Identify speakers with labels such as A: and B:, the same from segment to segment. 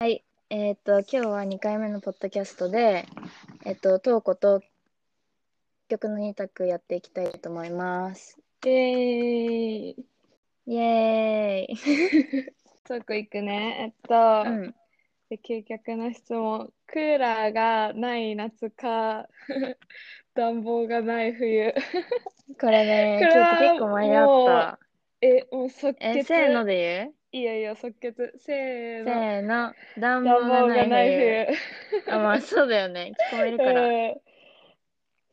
A: えーっと、今日は2回目のポッドキャストで、えっと、トーコと曲の2択やっていきたいと思います。
B: イエーイ。
A: イエーイ。
B: トークいくね。えっと、
A: うん、
B: で究極の質問。クーラーがない 夏か、暖房がない冬。
A: これね、
B: こ
A: 今
B: れは
A: 日結構迷った。
B: え、もう即
A: え、
B: 決。
A: せーので
B: いいよいいよ、即決。せ
A: 言
B: ー
A: う
B: の。
A: せーの、暖房
B: 暖房
A: が
B: が
A: な
B: ないい
A: 冬。
B: 冬。
A: あ、まあそうだよね。聞こえるから。
B: うん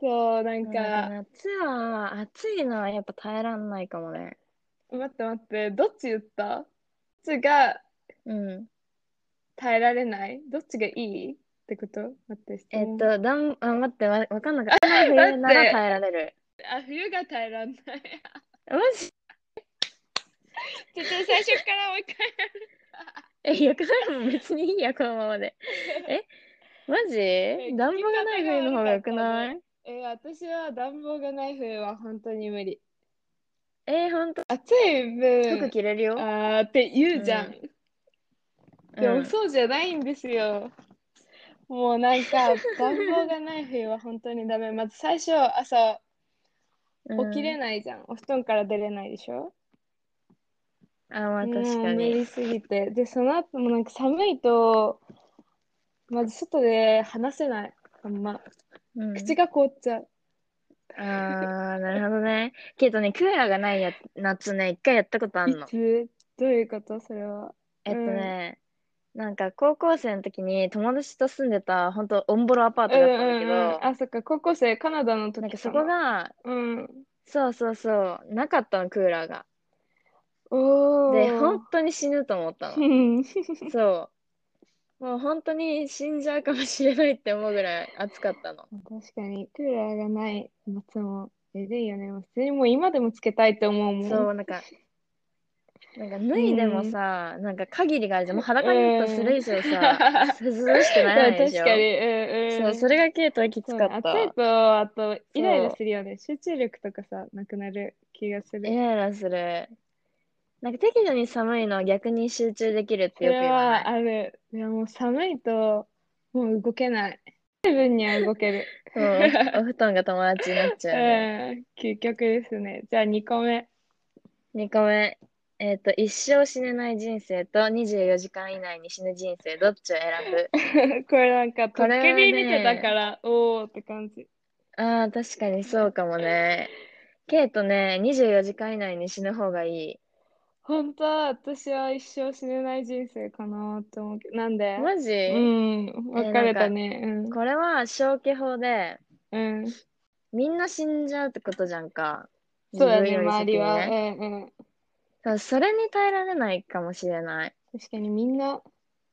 B: そう、なん
A: うん
B: か、
A: なんか夏は暑いのはやっぱ耐えらんないかもね。
B: 待って待って、どっち言ったどっちが
A: うん。
B: 耐えられないどっちがいいってこと待って、質
A: え
B: 問
A: っと、だん、あ、待って、わ、わかんなかった。冬なら耐えられる。
B: あ、冬が耐えらんない。
A: マジ
B: ちょっと最初からもう一回やる。
A: え、いや、これも別にいいや、このま まで。え、マジ暖房がない冬の方が良くない
B: えー私は暖房がない冬は本当に無理。
A: えー、ほんと、
B: 暑い
A: 服
B: 分、
A: 着れるよ。
B: あーって言うじゃん。
A: うん
B: でもそうじゃないんですよ。もうなんか暖房がない冬は本当にダメ。まず最初朝起きれ
A: うん
B: ないじゃん。お布団から出れないでしょ。
A: あ、まあ
B: も
A: 確か
B: う無
A: に。
B: 理すぎて。で、その後もなんか寒いと、まず外で話せない。あんま。
A: うん
B: 口が凍っちゃう。
A: あー、なるほどね。けどね、クーラーがないや夏ね、一回やったことあ
B: い
A: んの。
B: つどういうことそれは。
A: えっとね、なんか高校生の時に友達と住んでた、ほんとオンボロアパー
B: う
A: ト
B: ん
A: だ
B: う
A: ったんだけ
B: んうん。
A: ど、
B: あ、そっか、高校生、カナダの時
A: なんかそ
B: か
A: こ
B: な。
A: が、
B: うん。
A: そうそうそう、なかったの、クーラーが。
B: お
A: で、
B: ー
A: 本当に死ぬと思った
B: う
A: の。
B: ん。
A: そう。もう本当に死んじゃうかもしれないって思うぐらい暑かったの。
B: 確かに、クーラーがない夏も、えぐいよね。もう普通にもう今でもつけたいって思うもん。
A: そう、なんか、なんか脱いでもさ、なんか限りがあるじゃん。もう裸になったらする以上さ、涼しくならないで
B: 確
A: しょ。
B: かに、うん
A: そうう、
B: ん。
A: それが結構きつ
B: そう
A: か
B: ね
A: っ
B: 暑い
A: た。
B: と、あと、イライラ
A: そう
B: するよね。集中力とかさ、なくなる気がす
A: イ
B: る。
A: ライラする。なんか適度に寒いのは逆に集中できるっ
B: そ
A: てよく
B: れ
A: 言わな
B: は、
A: い。
B: ある。いや、もう寒いと、もう動けない。自分には動ける。
A: そう、お布団が友達になっちゃうね。
B: うん、究極ですね。じゃあ2個目。
A: 2個目。えっと、一生死ねない人生と24時間以内に死ぬ人生、どっちを選ぶ
B: これなんか、と
A: こ
B: っ
A: れは
B: け
A: ね
B: に見てたから、おーって感じ。
A: ああ、確かにそうかもね。ケイトね、24時間以内に死ぬ方がい
B: 本当は私は一生死ねない人生かなって思うけど、なんで
A: い。マジ
B: う
A: え
B: ん、
A: ー
B: 分か
A: なん
B: れ
A: か、
B: たね。うん、
A: これは消去法で、
B: うん。
A: みんな死んじゃうってことじゃんか。
B: そうだ
A: 自分
B: ね、
A: より先
B: 周り
A: に
B: は。
A: ね。
B: うんうん。
A: そうそれに耐えられないかもしれない。
B: 確かにみんな、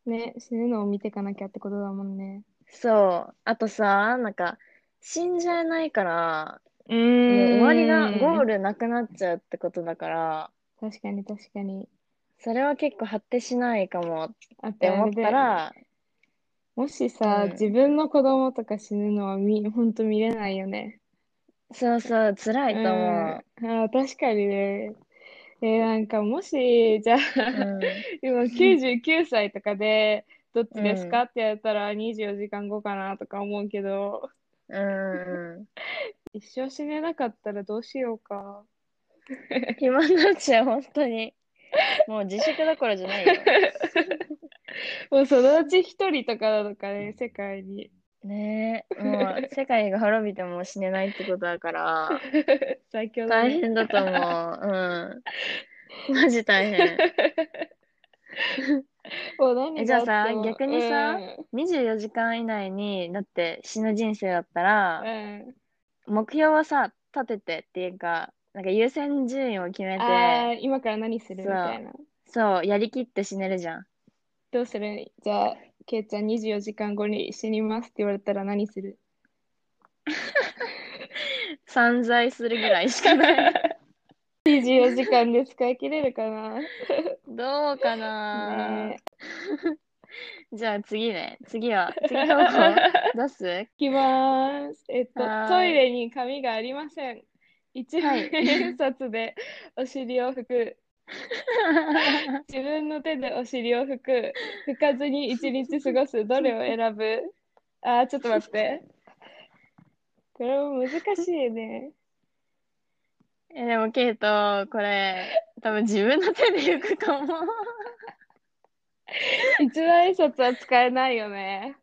B: ね、死ぬのを見てかなきゃってことだもんね。
A: そう。あとさ、なんか、死んじゃえないから、
B: う
A: もう終わり
B: ー
A: が、ゴー
B: ん。
A: ルなくなっちゃうってことだから、
B: 確かに確かに。
A: それは結構果てしないかもっ
B: あと
A: て
B: あ
A: 思っ
B: れだ
A: た
B: よね。
A: ら、
B: もし
A: う
B: さ、自
A: ん。
B: 分の子供とか死ぬのはみ、ほんと見れないよね。
A: そうそう、辛
B: う
A: いと
B: ん。
A: 思
B: あー、確かにね。えーなんかもし、じゃあ
A: う。うん。
B: 今99歳とかで、どっ
A: う
B: ちですか
A: ん。
B: って言われたら24時間後かなとか思うけど、
A: うん。
B: 一生死ねなかったらどうしようか。
A: 暇になっちゃう、本当に。もう自粛どころじゃないよ。
B: もうそのうち一人とかなのかね、世界に。
A: ねえ、もう世界が滅びても死ねないってことだから、
B: 最強だ
A: 大
B: ね。
A: 変だと思う。うん。マジ大変。
B: もう
A: え、
B: 何
A: じゃ
B: が
A: あ
B: あって
A: さ、
B: も、
A: 逆
B: う
A: にさ、
B: ん、
A: 24時間以内に、だって死ぬ人生だった
B: う
A: ら、
B: ん。
A: 目標はさ、立ててっていうか、なんか優先順位を決め
B: ああ、
A: て、
B: 今から何する
A: そ、
B: みたいうな。
A: そう、やりきって死ねるじゃん。
B: どうするじゃあ、ケイちゃん24時間後に死にますって言われたら何する
A: 散財するぐらいしか ない。
B: ?24 時間で使い切れるかな
A: どうかな
B: ね
A: じゃあ次ね。次は、
B: え。
A: 次投 稿出すは
B: いきまーす。えっと、トイ
A: ーい。
B: レに紙がありません。一
A: はい。
B: 万円札でお尻を拭く。自分の手でお尻を拭く、拭かずに一日過ごす、どれを選ぶあー、ちょっと待って。これも難しいね。
A: え、でも、ケイト、これ、多分自分の手で行くかも。
B: 一万円札は使えないよね。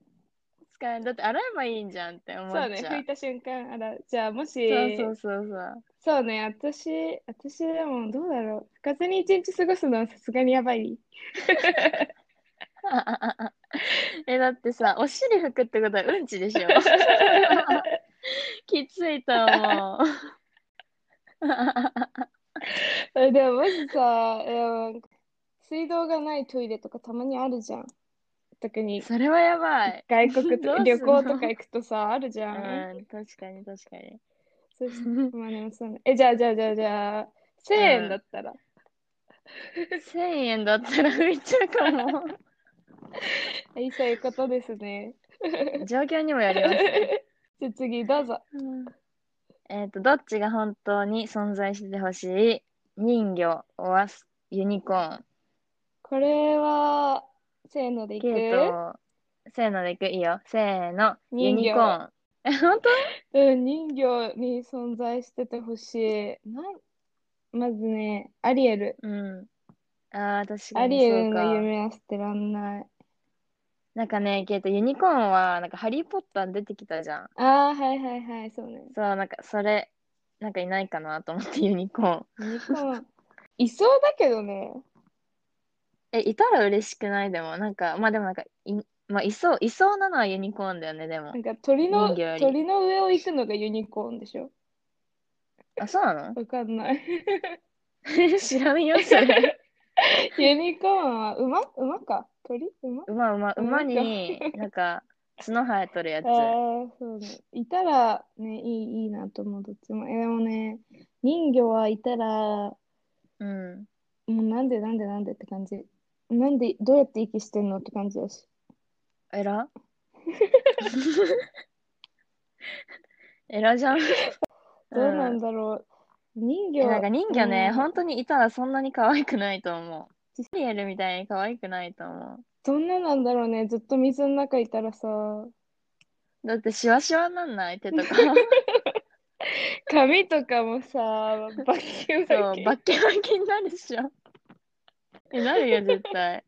A: 使えんだって、洗えばいいんじゃんって思っちゃ
B: そう
A: う。
B: ね、拭いた瞬間、あら、じゃあもし、
A: そうそうそうそう。
B: そうね、私、私でもどうだろう。拭かずに一日過ごすのはさすがにや ばい。
A: え、だってさ、お尻拭くってことはうんちでしょ きついと思う。
B: え、でもマジさ、えー水道がないトイレとかたまにあるじゃん。特 に
A: それはやばい。
B: 外国と
A: どうすんの
B: 旅行とか行くとさ、あるじゃん。
A: うん、確かに確かに。
B: そしまあでもそうねえ、じゃあじゃあじゃあじゃあ、1000円だったら。
A: 1000円だったら拭いちゃうか も。
B: いいそういうことですね。
A: 状況にもよります。
B: じゃあ次どうぞ。
A: えっと、どっちが本当に存在してほしい人魚、オアス、ユニコーン。
B: これは、せーのでいく
A: ゲート、せーのでいく、いいよ。せーの、ユ
B: 人魚
A: ニコーン。え、本当
B: うん、人魚に存在しててほしい。なん、まずね、アリエル。
A: うん。ああ、確
B: ア
A: かに
B: リエ
A: そう
B: ル
A: か
B: の。夢は捨てらんない。
A: なんかね、けどユニコーンは、なんかハリー・ポッターに出てきたじゃん。
B: ああ、はいはいはい、そうね。
A: そう、なんかそれ、なんかいないかなと思って ユニコーン。
B: ユニコーン。いそうだけどね。
A: え、いたら嬉しくないでも、なんか、まあでもなんか、い、まあいそう、いそうなのはユニコーンだよね、でも
B: な。んか鳥の、
A: 人魚より
B: 鳥の上を行くのがユニコーンでしょ
A: あ、そうなの
B: わかんない。
A: 知らんよ、それ。
B: ユニコーンは馬馬か。鳥馬
A: 馬、馬、馬に、なんか、角生えとるやつ。
B: ああ、そうね。いたら、ね、いい、いいなと思う、どっちも。え、でもね、人魚はいたら、も
A: うん。
B: うなんでなんでなんでって感じ。なんで、どうやって息してんのって感じだし。
A: え らえらじゃん。
B: どうなんだろう。人
A: え、
B: 魚、
A: なんか人魚ね、
B: うん
A: 本当にいたらそんなに可愛くないと思う。シリエルみたいに可愛くないと思
B: どんななんだろうね。ずっと水の中いたらさ、
A: う。だってシワシワになん ない手とか。
B: 髪とかもさ、バッキバ
A: そ
B: キ
A: う、。バッキバキになるでしょ。え、なるよ、絶 対。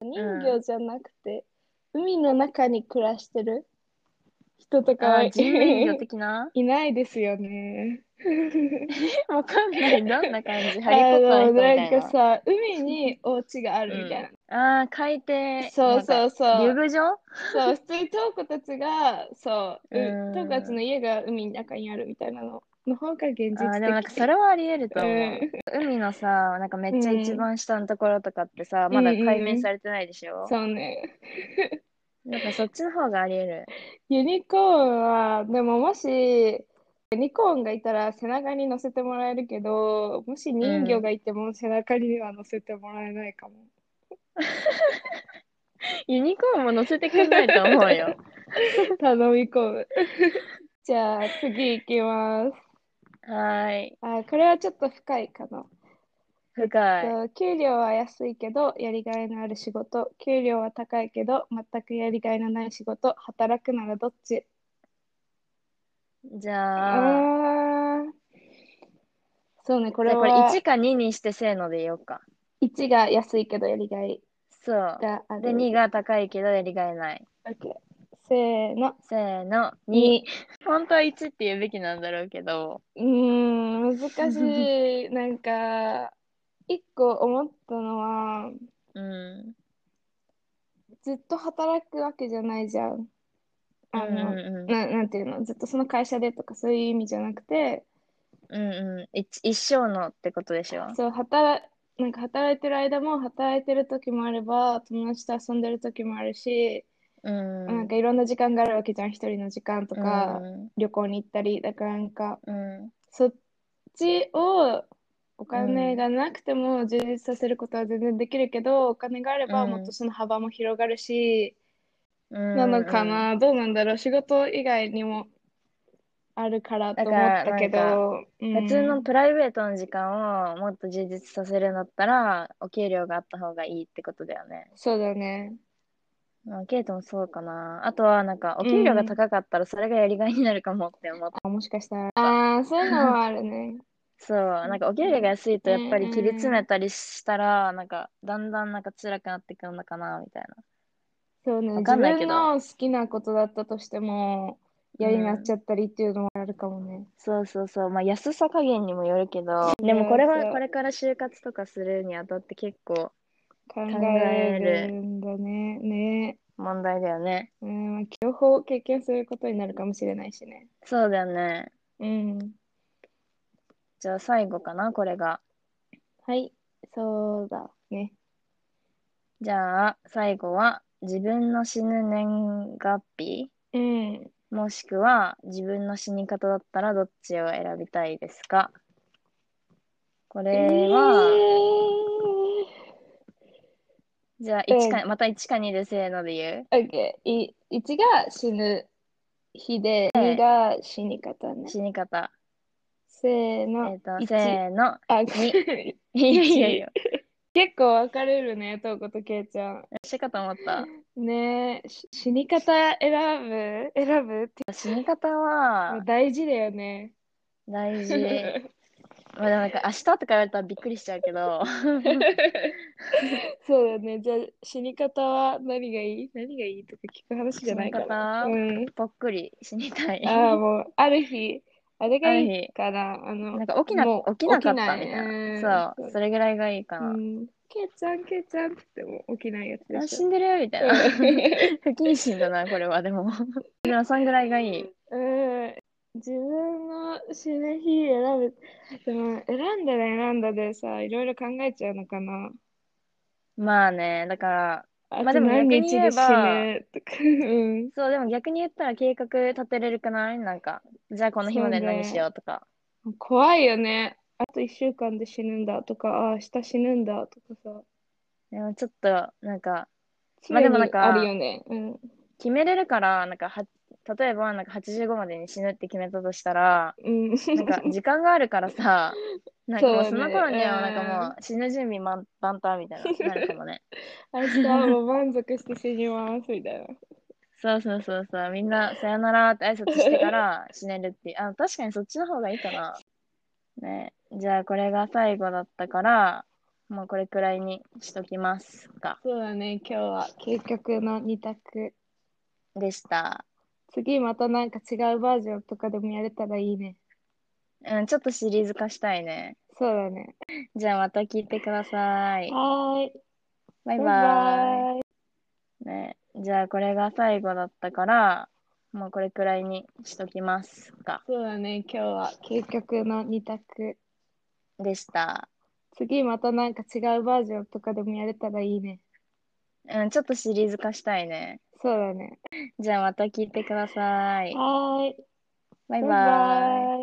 B: 人魚じゃなくて、海の中に暮らしてる人とか
A: あ
B: は
A: ー、人面魚的な
B: いないですよね。
A: わかんない。 どんな感じ
B: あ
A: ハリー・ポッターの人みた
B: の
A: い
B: な
A: なん
B: か。さ、海にお家があるみたいな。
A: ああー、海底。
B: そう
A: なん
B: そ
A: か
B: うそ
A: 竜
B: う。
A: 宮城
B: そう、普通にトーコたちが、そう、
A: う
B: うんトーコたちの家が海の中にあるみたいなのの方が現実
A: あーでもなんか
B: 的。
A: それはあり得ると思う。
B: うん
A: 海のさ、なんかめっちゃ
B: うん
A: 一番下のところとかってさ、まだ
B: うんうんうん
A: 解明されてないでしょ
B: そうね。
A: なんかそっちの方があり得る。
B: ユニコーンは、でももし、ユニコーンがいたら背中に乗せてもらえるけど、もし人魚がいても背中には乗せてもらえないかも。
A: ユニコーンも乗せてくんないと思うよ。
B: 頼み込む。 じゃあ次行きます。
A: はーい。
B: あ、これはちょっと深いかな。
A: 深い。
B: と給料は安いけどやりがいのある仕事、給料は高いけど全くやりがいのない仕事、働くならどっち
A: じゃあ、
B: あーそうね、こ
A: こ
B: れ
A: れこれ
B: は
A: 1か2にしてせーのでいようか。
B: 1が安いけどやりがい
A: そう。
B: がある。
A: で、2が高いけどやりがいない。
B: OK せーの。
A: せーの、2。
B: に。
A: 本当は1って言うべきなんだろうけど。
B: うーん、難しい。なんか、一個思ったのは、
A: うん。
B: ずっと働くわけじゃないじゃん。
A: うん
B: あ
A: う
B: の、
A: んうん。
B: な、なんていうの、ずっとその会社でとかそういう意味じゃなくて、
A: うんうん。一一生のってことでしょ
B: そう、働、なんか働いてる間も働いてる時もあれば、友達と遊んでる時もあるし、
A: うん。
B: なんかいろんな時間があるわけじゃん、一人の時間とか、
A: うん
B: 旅行に行ったり、だからなんか、
A: うん。
B: そっちをお金がなくても充実させることは全然できるけど、お金があれば
A: うん
B: もっとその幅も広がるし、
A: な
B: なのかな、どうなんだろう、仕事以外にもあるからと思ったけ
A: だから
B: ど、うん
A: 普通のプライベートの時間をもっと充実させるんだったら、お給料があった方がいいってことだよね。
B: そうだね。
A: まあ、ケイトもそうかな。あとは、なんか、お給料が高かったら、それがやりがいになるかもって思った。
B: あ、もしかしたら。ああ、そういうのはあ るね。
A: そう、なんか、お給料が安いと、やっぱり切り詰
B: うんうん
A: めたりしたら、なんか、だんだんなんか辛くなってくるのかな、みたい
B: そうね、
A: わ
B: 自
A: かんないけ
B: 分
A: ど
B: の好きなことだったとしても、嫌になっちゃったりっていうのはあるかもね。
A: な。そうそうそう。まあ、安さ加減にもよるけど、でも、これ
B: そう
A: は、これから就活とかするにあたって結構
B: 考
A: える
B: えるんだね。ね。
A: 問題だよね。
B: うん、まあ両方経験することになるかもしれないしね。
A: そうだよね。
B: うん。
A: じゃあ、最後かな、これが。
B: はい、そうだね。
A: じゃあ、最後は、自分の死ぬ年月日
B: うん。
A: もしくは、自分の死に方だったらどっちを選びたいですかこれは、じゃあ、1か、また1か2でせーので言う
B: えー、OK。い、1が死ぬ日で、2が死に方ね。
A: 死に方。
B: せー
A: え
B: の
A: っ、と、
B: 一
A: せーの。
B: あ、
A: 二いやいやいや。
B: 結構分かれるね、とうことけいちゃん。
A: 死かと思った。
B: ねえ、し死に方選ぶ選ぶって
A: 死に方は
B: 大事だよね。
A: 大 事。まあでもなんか、明日とか言われたらびっくりしちゃうけど、
B: そうだね。じゃあ、死に方は何がいい何がいいとか聞く話じゃないかな。
A: 死
B: うん。
A: ぽっくり死にたい。
B: ああ、
A: な
B: もう、ある日、あれがいいかな。あの、
A: んか、起きな、
B: もう
A: 起きなかった
B: 起
A: み
B: き
A: た
B: ない
A: い
B: うん
A: な。そう、それぐらいがいいか
B: う
A: な。
B: ん。けいちゃん、けいちゃんって言っても起きないやつ
A: あ
B: でし
A: 死
B: ょ。
A: んでるよみたいな。 不謹慎だな、これは、でも。でも、そんぐらいがいい。
B: うん。自分の死ぬ日選ぶ。でも、選んだら選んだでさ、いろいろ考えちゃうのかな。
A: まあね、だから、
B: あ
A: まあで
B: と
A: も
B: 何
A: 逆に
B: 日
A: 言え
B: で死
A: ば
B: ぬとか。うん。
A: そう、でも逆に言ったら計画立てれるくないなんか、じゃあこの日まで
B: そうね
A: 何しようとか。
B: 怖いよね。あと1週間で死ぬんだとか、あ明日死ぬんだとかさ、
A: でもちょっと、なんか、
B: 常
A: まあでもなん
B: に
A: か
B: あるよね。うん。
A: 決めれるから、なんかは、例えば、なんか85までに死ぬって決めたとしたら、
B: うん。
A: なんか、時間があるからさ、 なんかもう
B: そう
A: そ
B: ね
A: の頃には、
B: うん
A: なんかもう死ぬ準備万万端みたいな、 なるかもね。
B: 明日はもう満足して死にますみたいな。
A: そうそうそうそう、みんなさよならって挨拶して から死ねるっていう。あ、確かにそっちの方がいいかな。ね、じゃあこれが最後だったから、もうこれくらいにしときますか。
B: そうだね、今日は究極の2択。
A: でした。
B: 次またなんか違うバージョンとかでもやれたらいいね。
A: うん、ちょっとシリーズ化したいね。
B: そうだね。
A: じゃあまた聞いてください。
B: はーい。
A: バイ
B: バ
A: バ
B: イバイ。
A: イ。ね、じゃあこれが最後だったから、もうこれくらいにしときますか。
B: そうだね、今日は究極の2択。
A: でした。
B: 次またなんか違うバージョンとかでもやれたらいいね。
A: うん、ちょっとシリーズ化したいね。
B: そうだね。
A: じゃあまた聞いてください。
B: はーい。
A: バイ
B: バイ
A: バイ。
B: バイ。